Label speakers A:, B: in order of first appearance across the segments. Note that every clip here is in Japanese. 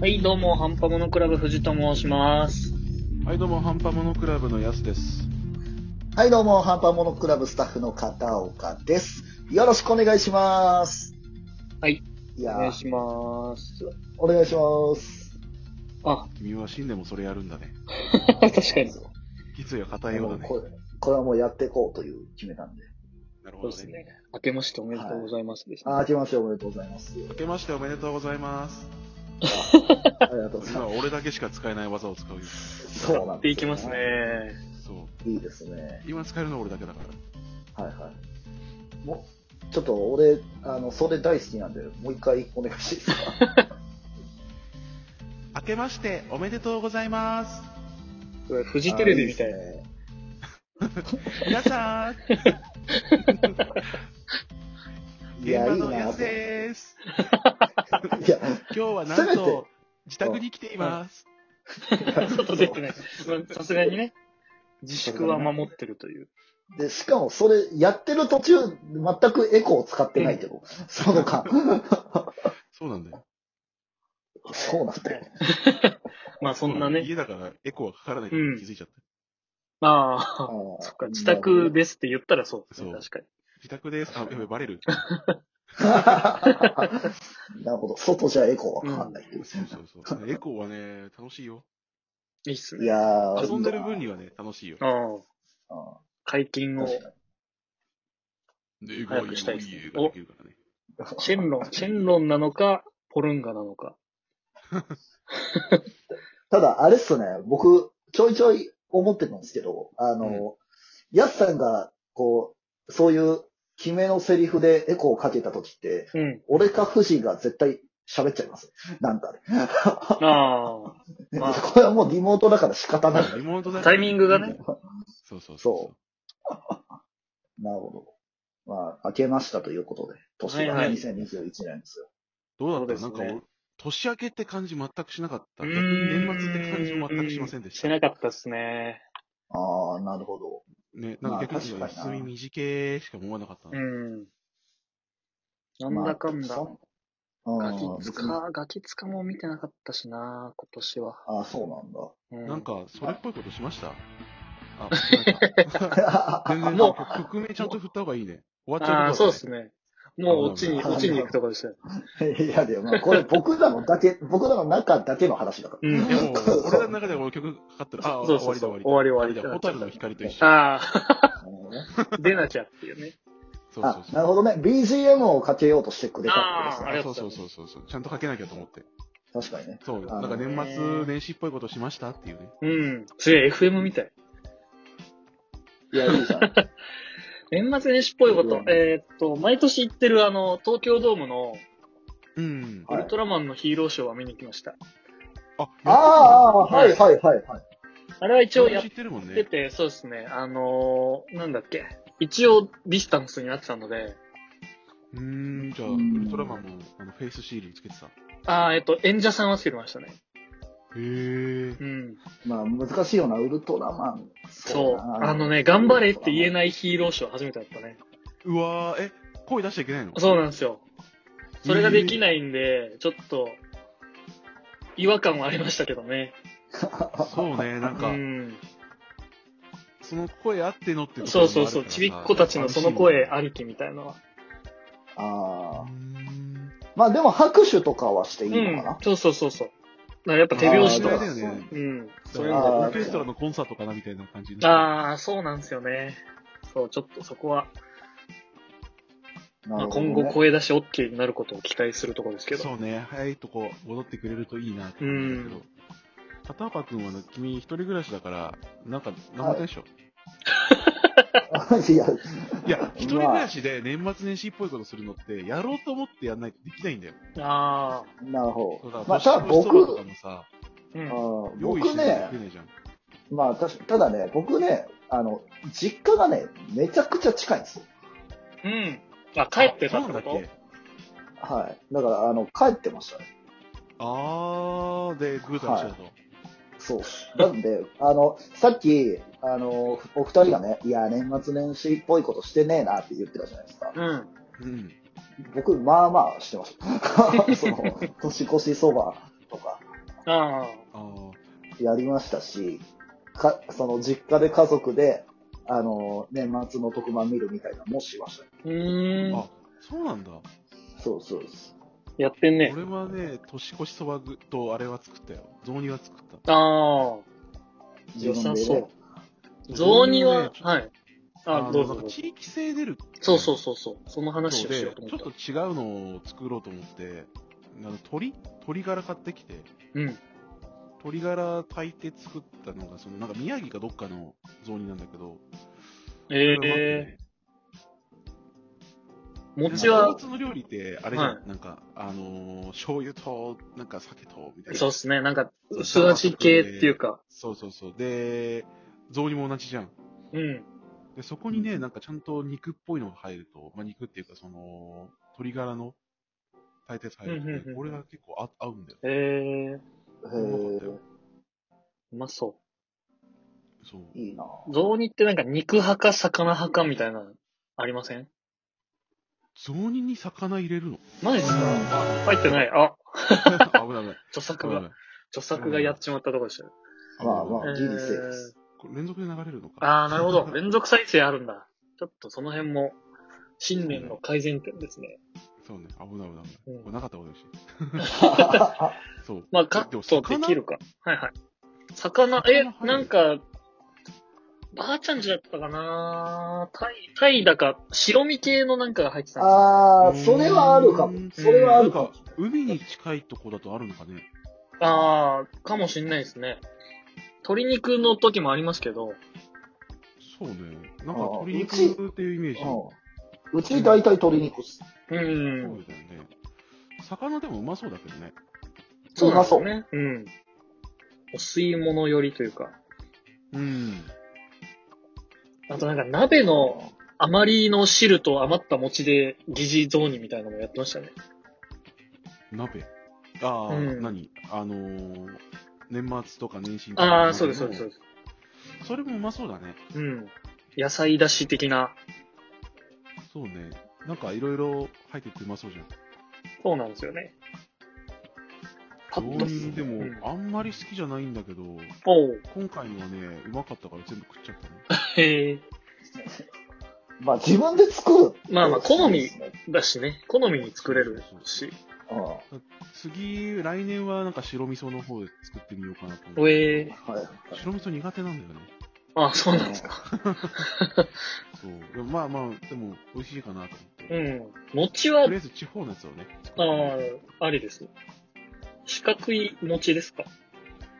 A: はい、どうも、ハンパモノクラブ、藤と申します。
B: はい、どうも、ハンパモノクラブのやすです。
C: はい、どうも、ハンパモノクラブスタッフの片岡です。よろしくお願いします。
A: はい、お
C: いや
A: 願い
C: ー、
A: します。
C: お願いします。
A: あ、
B: 君は死んでもそれやるんだね。
A: 確かに。そ
B: 実や硬いようだね
C: こ。れこれはもうやっていこうという決めたんで。
B: なる
A: う
B: ほ
A: で
B: ど
A: す
B: ね。
A: ね。明けましておめでとうございますですね。
C: あー、明けましておめでとうございます。
B: 明けましておめでとうございます。
C: ありがとうござい
B: 今
C: ま
B: は俺だけしか使えない技を使うよ。
C: す。 そうなん
A: で
C: ですよ
A: いきますね。。
B: そう。
C: いいですね。
B: 今使えるのは俺だけだから。
C: はいはい。もうちょっと俺、あの、それ大好きなんで、もう一回お願いしていいですか
B: 明けましておめでとうございます。
A: これ、フジテレビみたい
C: あ
A: な。
C: ーいいですね
B: 皆さん、
C: いや、
B: 現場
C: いい
B: のや
C: な
B: す
C: と。い
B: です。
C: や、
B: 今日はなん
C: せめて
B: と、自宅に来ています。
A: 外出てない。まあさすがにね、自粛は守ってるという。
C: で、しかもそれ、やってる途中、全くエコーを使ってないけど、そ の間。
B: そうなんだよ。
C: そうなんだよ。
A: まあ、そんなね。
B: 家だからエコーはかからないって気づいちゃった。
A: あ
C: あ
A: あ、
C: ー
A: そっか、自宅。ですって言ったらそうですね。
B: そう
A: 確かに。
B: 自宅です。あ、やべ、バレる。
C: なるほど。外じゃエコーはかかんないっていう。
B: そうそうそう。エコーはね、楽しいよ。
A: いいっす
C: い
A: ね。
C: やー。
B: 遊んでる分にはね、楽しいよ。
A: ああ、
C: あ
A: 解禁
C: ー
A: を。
C: 確かに
B: で、映
A: 早くしたいですね
B: 映画できるからね。
A: シェンロン、シェンロンなのか、ポルンガなのか。
C: ただ、あれっすね。僕、ちょいちょい思ってたんですけど、あの、ヤ、ス、さんが、こう、そういう、決めのセリフでエコーをかけた時って、
A: うん。
C: 俺か藤井が絶対喋っちゃいます。なんかね。
A: あまあ
C: これはもうリモートだから仕方ない。
B: リモートだ
A: タイミングがね。
B: そうそう
C: そなるほど。まあ、明けましたということで、年が
A: はい
C: ね
A: はい
C: 2021年ですよ。
B: どうだった、
A: そ
B: な
A: うんで
B: か
A: すね
B: 俺、年明けって感じ全くしなかった。
A: あ。うー
B: 逆に
A: ん
B: 年末って感じも全くしませんでし
A: して
B: た。
A: なかったっすね。
C: ああ、なるほど。
B: ね、なんか逆に
C: まあ確か
B: 休
C: にな
B: み短いしか思わなかった
A: う
B: な。
A: ん。なんだかんだ。
C: まあ。
A: ガ
C: そんうん
A: キツカ、ガキツカも見てなかったしな、今年は。
C: ああ、そうなんだ。
A: う
B: なん、か、それっぽいことしましたあ、なん か全然、
A: もう
B: 曲名ちゃんと振った方がいいね。終わっち
A: あ
B: ゃう
A: あ、
B: とこ
A: そう
B: だ
A: っすね。もう、
B: あ
A: 落ちに、
C: まあ
A: 落ちに行くとこでしたよ。
C: いや、でも、まあ、これ僕らのだけ、 僕らの中だけの話だか
A: うん。
B: でも、 俺らの中でも曲かかってる。あ、
A: そ
B: 終
A: うそう
B: わりだ
A: そう
B: 終
A: 終わ
B: わ
A: り
B: り。
A: 終わり
B: だ。ホタルの光と一緒。
A: ああ、
C: ら。なるほどね
A: 出なちゃっていうね。
B: そうそう
C: あ、
B: そう
C: なる。ほどね。BGM をかけようとしてくれたってこと
A: ありがと
B: そうう
A: ござい
B: そ
A: ます
B: うそうそうそう。ちゃんとかけなきゃと思って。
C: ですね。確かにね。
B: そう。
C: あ
B: なん
C: の
B: か
C: ね
B: 年末年始っぽいことしましたっていうね。
A: うん。それ FM みたい。
C: いや、いいじゃん。
A: 年末年始っぽいこと
C: う。ん
A: えーっと、毎年行ってるあの、東京ドームの
B: うん。
A: ウルトラマンのヒーローショーは見に行きました。
B: あ、
C: ああ、はいはいはいはい。
A: あれは一
B: 一応
A: 応や
B: や
A: っ
B: ってるもん
A: 出
B: ね。
A: て、そうですね。あのー、なんだっけ。一応ディスタンスになってたので、
B: うーん、じゃあ、
C: う
B: ウ
C: ん
B: ルトラマンもあのフェイスシールつけてた。へ
A: ああ、えっと、演者さんはつけてましたね。
B: え。
A: うん。
C: まあ、難しいよな、ウルトラマン。
A: そう。
C: だな
A: あのね、頑張れって言えないヒーローショー初めてだったね。
B: うわー、え、声出しちゃいけないの
A: そうなんですよ。それができ
B: い。
A: ないんで、ちょっと、違和感はありましたけどね。
B: そうね、な
A: う
B: んか、
A: ん。
B: その声あってのってところもあるか
A: そう
B: らさ
A: そうそう。ちびっ子たちのその声ありきみたいなのは。
C: ああ
B: う。ん
C: まあ、でも拍手とかはしていいうのか
A: ん
C: な。。
A: そうそうそうそう。だからやっぱ手拍子と
B: あー
A: か
B: あ。れだよね
A: うん。
B: そ
A: そう
B: れ
A: いう
B: なん
A: の
B: か
A: が
C: あー
B: オーケストラのコンサートかなみたいな感じで
A: ああ、そうなんですよね。そう、ちょっとそこは、ま
C: な
A: あ、
C: るほど
A: 今
C: ね
A: 後声出し OK になることを期待するところですけど。
B: そうね、早いとこ戻ってくれるといいなって感じだけ
A: う
B: ど。片岡君はね君一人暮らしだから、なんか、なんもないでしょ。
C: いや、
B: いや、一人暮らしで年末年始っぽいことするのって、やろうと思ってやんないとできないんだよ。
A: ああ、
C: なるほ
B: そう
C: ど
B: だ。
C: まあ、ただ
B: 年越しそばと
C: 僕
B: か、もさ、
A: うん。
C: あ
A: あ
C: ー
B: 用意し
C: 僕
B: ないと
C: ね
B: 食え、ないじゃん。
C: まあ、たし、ただね、僕ね、あの、実家がね、めちゃくちゃ近いんですよ。
A: うん。あ、帰ってた
B: あ
A: っ
B: そ
A: てこ
B: うなんだっ
A: と
B: け
C: はい。だから、あの、帰ってましたね。
B: あー、で、グータラしてたと。
C: そう。なんで、あの、さっき、あの、お二人がね、いや、年末年始っぽいことしてねえなって言ってたじゃないですか。
A: うん。
B: うん。
C: 僕、まあまあしてました。その、年越しそばとか、
A: ああ。
B: あー
C: やりましたし、か、その実家で家族で、あの、年末の特番見るみたいなのもしましたね。
A: うーん
B: あ。そうなんだ。
C: そうそうです。
A: やってんね。
B: 俺はね、年越しそば具とあれは作ったよ。雑煮は作った。
A: ああ。良さそう。雑煮は、
B: ちょっと
A: はい。あ、
B: の
A: どうぞど
B: なん
A: うぞ。
B: か地域性出るってい
A: そうそうそうそう。その話
B: そう
A: をし
B: で、ち
A: よ
B: ょ
A: う
B: っ
A: と思った
B: と。違うのを作ろうと思って、あの鶏鶏ガラ買ってきて、
A: うん。
B: 鶏ガラ炊いて作ったのが、そのなんか宮城かどっかの雑煮なんだけど、
A: え
B: こ
A: え
B: れ
A: ー。
B: うまくて
A: 餅
B: なんか
A: は
B: 普、通の料理って、あれじゃん、
A: は
B: なんか、あのー醤油と、なんか酒と、みたいな。
A: そうっすね。なんか、薄味系っていうか。
B: そうそうそう。で、雑煮も同じじゃん。
A: うん。
B: で、そこにね、
C: うん
B: なんかちゃんと肉っぽいのが入ると、まあ、肉っていうか、その、鶏ガラの炊いて入るとね
A: うんうんうん
B: これが結構あ合うんだよ。
A: ええー。
C: へ
B: うまかったよ
C: ー。
A: うまそ
B: そう。
C: いいな
A: う。雑煮ってなんか肉派か魚派かみたいな、ありません
B: 雑煮に魚入れ るの
A: マジっすか
C: あ
A: 入ってない。あ、
B: 危ない危ない。
A: 著
B: 危
A: 作
B: ない
A: が、著作がやっちまったとこでしたよ。
B: 危ない
C: まあまあギリセーフです
B: これ連続で流れるのか。
A: ああ、なるほど。 連続再生あるんだ。ちょっとその辺も、新年の改善点ですね。
B: そうね、危ない危ない。危な
A: う
B: い
A: ん
B: これなかったことだし。 そう。
A: まあ、カットできるか。はいはい。魚、え、なんか、ばあちゃんちだったかなタイ、タイだか、白身系のなんかが入ってたんですよ
C: あー、それはあるか
B: うー
C: も
B: ん。
C: それはあ
B: なん
C: るかも
B: か。、海に近いとこだとあるのかね。
A: ああ、かもしんないですね。鶏肉の時もありますけど、
B: そうね。なんか
C: ああ
B: 鶏
C: うち
B: 肉っていうイメージ。そう
C: うんうち大体鶏肉っす。
A: う
B: だよ
A: ん。
B: ね。魚でもうまそうだけどね。
A: そうなんですよね。うん。お吸い物寄りというか。
B: うん。
A: あとなんか鍋の余りの汁と余った餅で疑似雑煮みたいなのもやってましたね。
B: 鍋。ああ、
A: うん
B: 何あのー、年末とか年始とか
A: ああ、そうです、そうです、そうです。
B: それもうまそうだね。
A: うん。野菜だし的な。
B: そうね。なんかいろいろ入っててうまそうじゃん。
A: そうなんですよね。パッと
B: 料理でも、
A: うん
B: あんまり好きじゃないんだけど、
A: おう。
B: 今回のはね、うまかったから全部食っちゃったね。
A: へえ。
C: まあ自分で作る。
A: まあまあ好み
C: うん。
A: だしね。好みに作れるし。
C: は
B: 次、来年はなんか白味噌の方で作ってみようかなと思
A: お
B: う。
A: えー。
C: い。
B: 白味噌苦手なんだよね。
A: ああ、そうなんですか。
B: そう。でもまあまあ、でも美味しいかなと思って。
A: う
B: と
A: ん。餅は
B: りあえず地方のやつをね。作ってみよう
A: ああ、ありですね。四角い餅ですか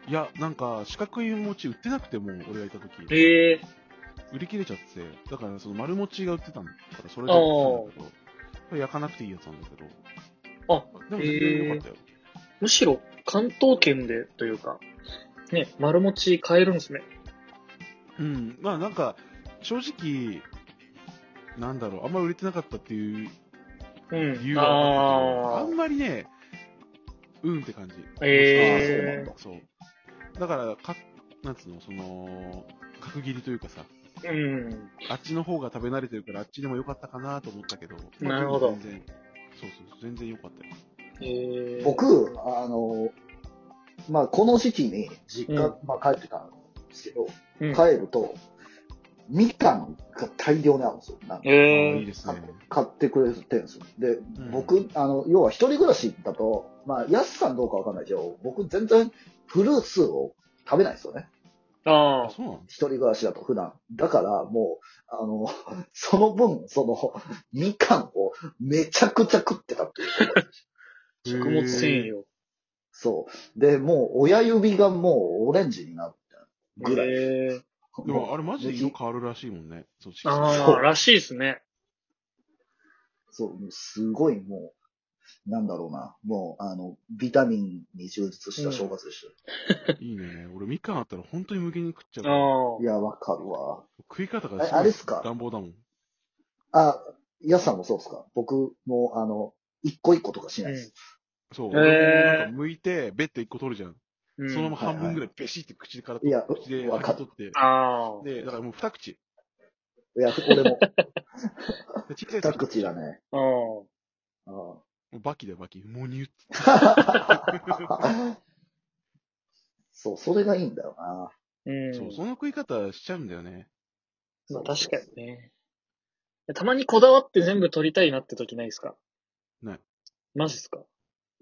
B: いや、なんか、四角い餅売ってなくてもう、俺がいた時、
A: ええ
B: 売り切れちゃってて、だからその丸餅が売ってたんだから、それで売ってたんだけど、これ焼かなくていいやつなんだけど、
A: あ、
B: でも全然良かったよ。
A: むしろ関東圏でというか、ね、丸餅買えるんですね。
B: うん、まあなんか、正直、なんだろう、あんまり売れてなかったっていう
A: うん。
B: 理由はあ
A: あ
B: んまりね、うんって感じ。
A: へ
C: ー
B: あーそうなんだそう。だから、か、なんつうの、その、角切りというかさ、
A: あ。うん。
B: あっちの方が食べ慣れてるから、あっちでも良かったかなと思ったけど、
A: なるほど
B: 全然、そうそう、全然良かったよ。
A: えー、
C: 僕、あの、まあ、この時期に実家、
A: うん
C: まあ、帰ってたんですけど、
A: うん、
C: 帰ると、みかんが大量にあるんですよ。なんか
B: あ
A: え
B: ーいい
A: ー、
B: ですね。
C: 買ってくれてるんですよ。で、
B: ん
C: 僕、あの、要は一人暮らしだと、まあ、安さんどうかわかんないけど、僕全然フルーツを食べないんですよね。
A: あ
B: あ、
A: あ、
B: そうなの
C: 一人暮らしだと普段。だから、もう、あの、 その分、その、みかんをめちゃくちゃ食ってたっていう。
A: 食物繊維を。
C: そう。で、もう、親指がもうオレンジになったぐらい。
A: えー、
B: でも、あれマジで色変わるらしいもんね。そう、色素
A: ああ、らしいですね。
C: そう、もうすごいもう、なんだろうな、もう、あの、ビタミンに充実した正月でし
B: いいね。俺、みかんあったら本当に無限に食っちゃ
A: あ
B: うから。
A: あ
C: た。いや、わかるわ。
B: 食い方が
C: えあれっすか
B: 乱暴だもん。
C: あ、ヤスさんもそうですか僕も、あの、一個一個とかしないです。
B: そう。
A: えー
B: 俺なんか剥いて、ベッド1個取るじゃん。
A: うん。
B: そのまま半分ぐらいペシって口から
C: いや
B: 口で
C: わ
B: 開
C: か
B: け
C: る
B: 取って。
A: ああ、
B: で、だからもう2口。
C: いや、俺も、
B: で小さい
C: 二口だね。
A: ああ。
C: うん
B: もうバキだよ、バキ。もうニュッ。
C: あ そう、それがいいんだよな。
A: うん。
B: そう、その食い方しちゃうんだよね。
A: まあ確かにね。たまにこだわって全部取りたいなって時ないですか
B: ない。
A: マジっすか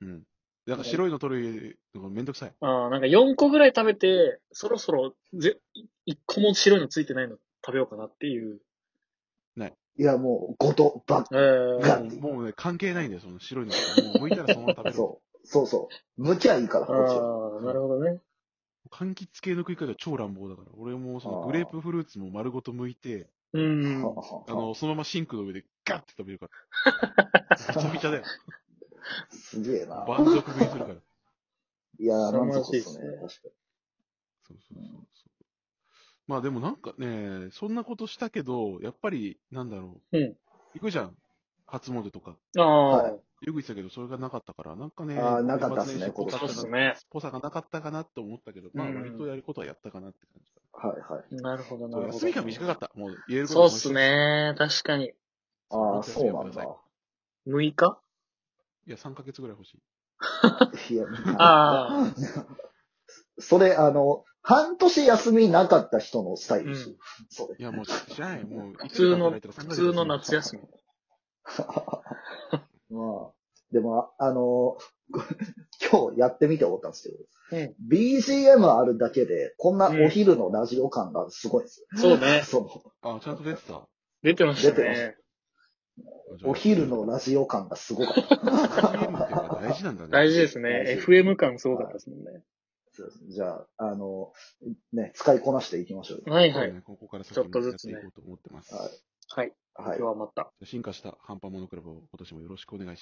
B: うん。なんか白いの取るのがめんどくさい。
A: ああ、なんか4個ぐらい食べて、そろそろぜ1個も白いのついてないの食べようかなっていう。
C: いや、もう、ごと、ばっ、
A: え
C: ガ
A: ー
C: ッ、
B: もうね、関係ないんだよ、その白いのとか。もう剥いたらそのまま食べる。
C: そう、そうそう。むきゃいいから、こっちは。
A: ああ、なるほどね。
B: 柑橘系の食い方超乱暴だから。俺もそのグレープフルーツも丸ごと剥いて、
A: うん。
B: あの、そのままシンクの上でガッて食べる から。びちゃびちゃだよ。
C: すげえな。
B: 満足食いするから。
C: いやー、
A: 素晴
C: 満
A: らし
C: 足
A: い
C: で
A: っ
C: す
A: す
C: ね
A: ね。
C: 確か
B: そうそうそうそう。まあでもなんかね、そんなことしたけど、やっぱり、なんだろう。
A: うん
B: 行くじゃん。初詣とか。
A: ああ、
C: はい
B: よく言ってたけど、それがなかったから、なんかね。
C: あーなかったっすね
B: 年末年始ぽ
C: 今年
A: そうっ
B: か
A: す
B: ったな
A: ね。
B: ぽさがなかったかなって思ったけど、まあ
A: うん
B: 割とやることはやったかなって感じ
C: に。はいはい。
A: なるほど、
B: だ
A: な
B: そう
A: るほど。
B: 休みが短かった。もう言えること
A: そう
B: は
A: っす。ね。確かに。
C: ああ、そうなんだ。
A: 6日
B: いや、3ヶ月ぐらい欲しい。
C: いや、
A: あ
C: それ、あの、半年休みなかった人のスタイルですよ、それ。
B: いや、もう知らない。もう、
A: 普通の、普
B: いつ働いてるか
A: 通の夏休み。
C: まあ、でも、あの、 今日やってみて思ったんですけど、
A: う
C: BGM あるだけで、こんなお昼のラジオ感がすごいですよ。
A: そうね。
C: そ
B: あ、ちゃんと出てた。あ
A: 出てました
C: 出てま
A: ね。
B: じゃ
C: の、
B: あ
C: お昼のラジオ感がすごかった。
B: BGM っていうのが大事なんだ ね。
A: 大事ですね。FM 感すごかったですもんね。
C: じゃあ、あの、ね、使いこなしていきましょうよ。
A: はい
B: そ
A: は
B: う
A: い。
B: ね。ここから先
A: ちょっ
B: も
A: と
B: や
A: ず
B: っ
A: つ
B: てい
A: ね
B: こうと思ってます。
C: はい
A: はい。
C: はい
A: 今日。はまた。
B: 進化したハンパモノクラブを今年もよろしくお願いします。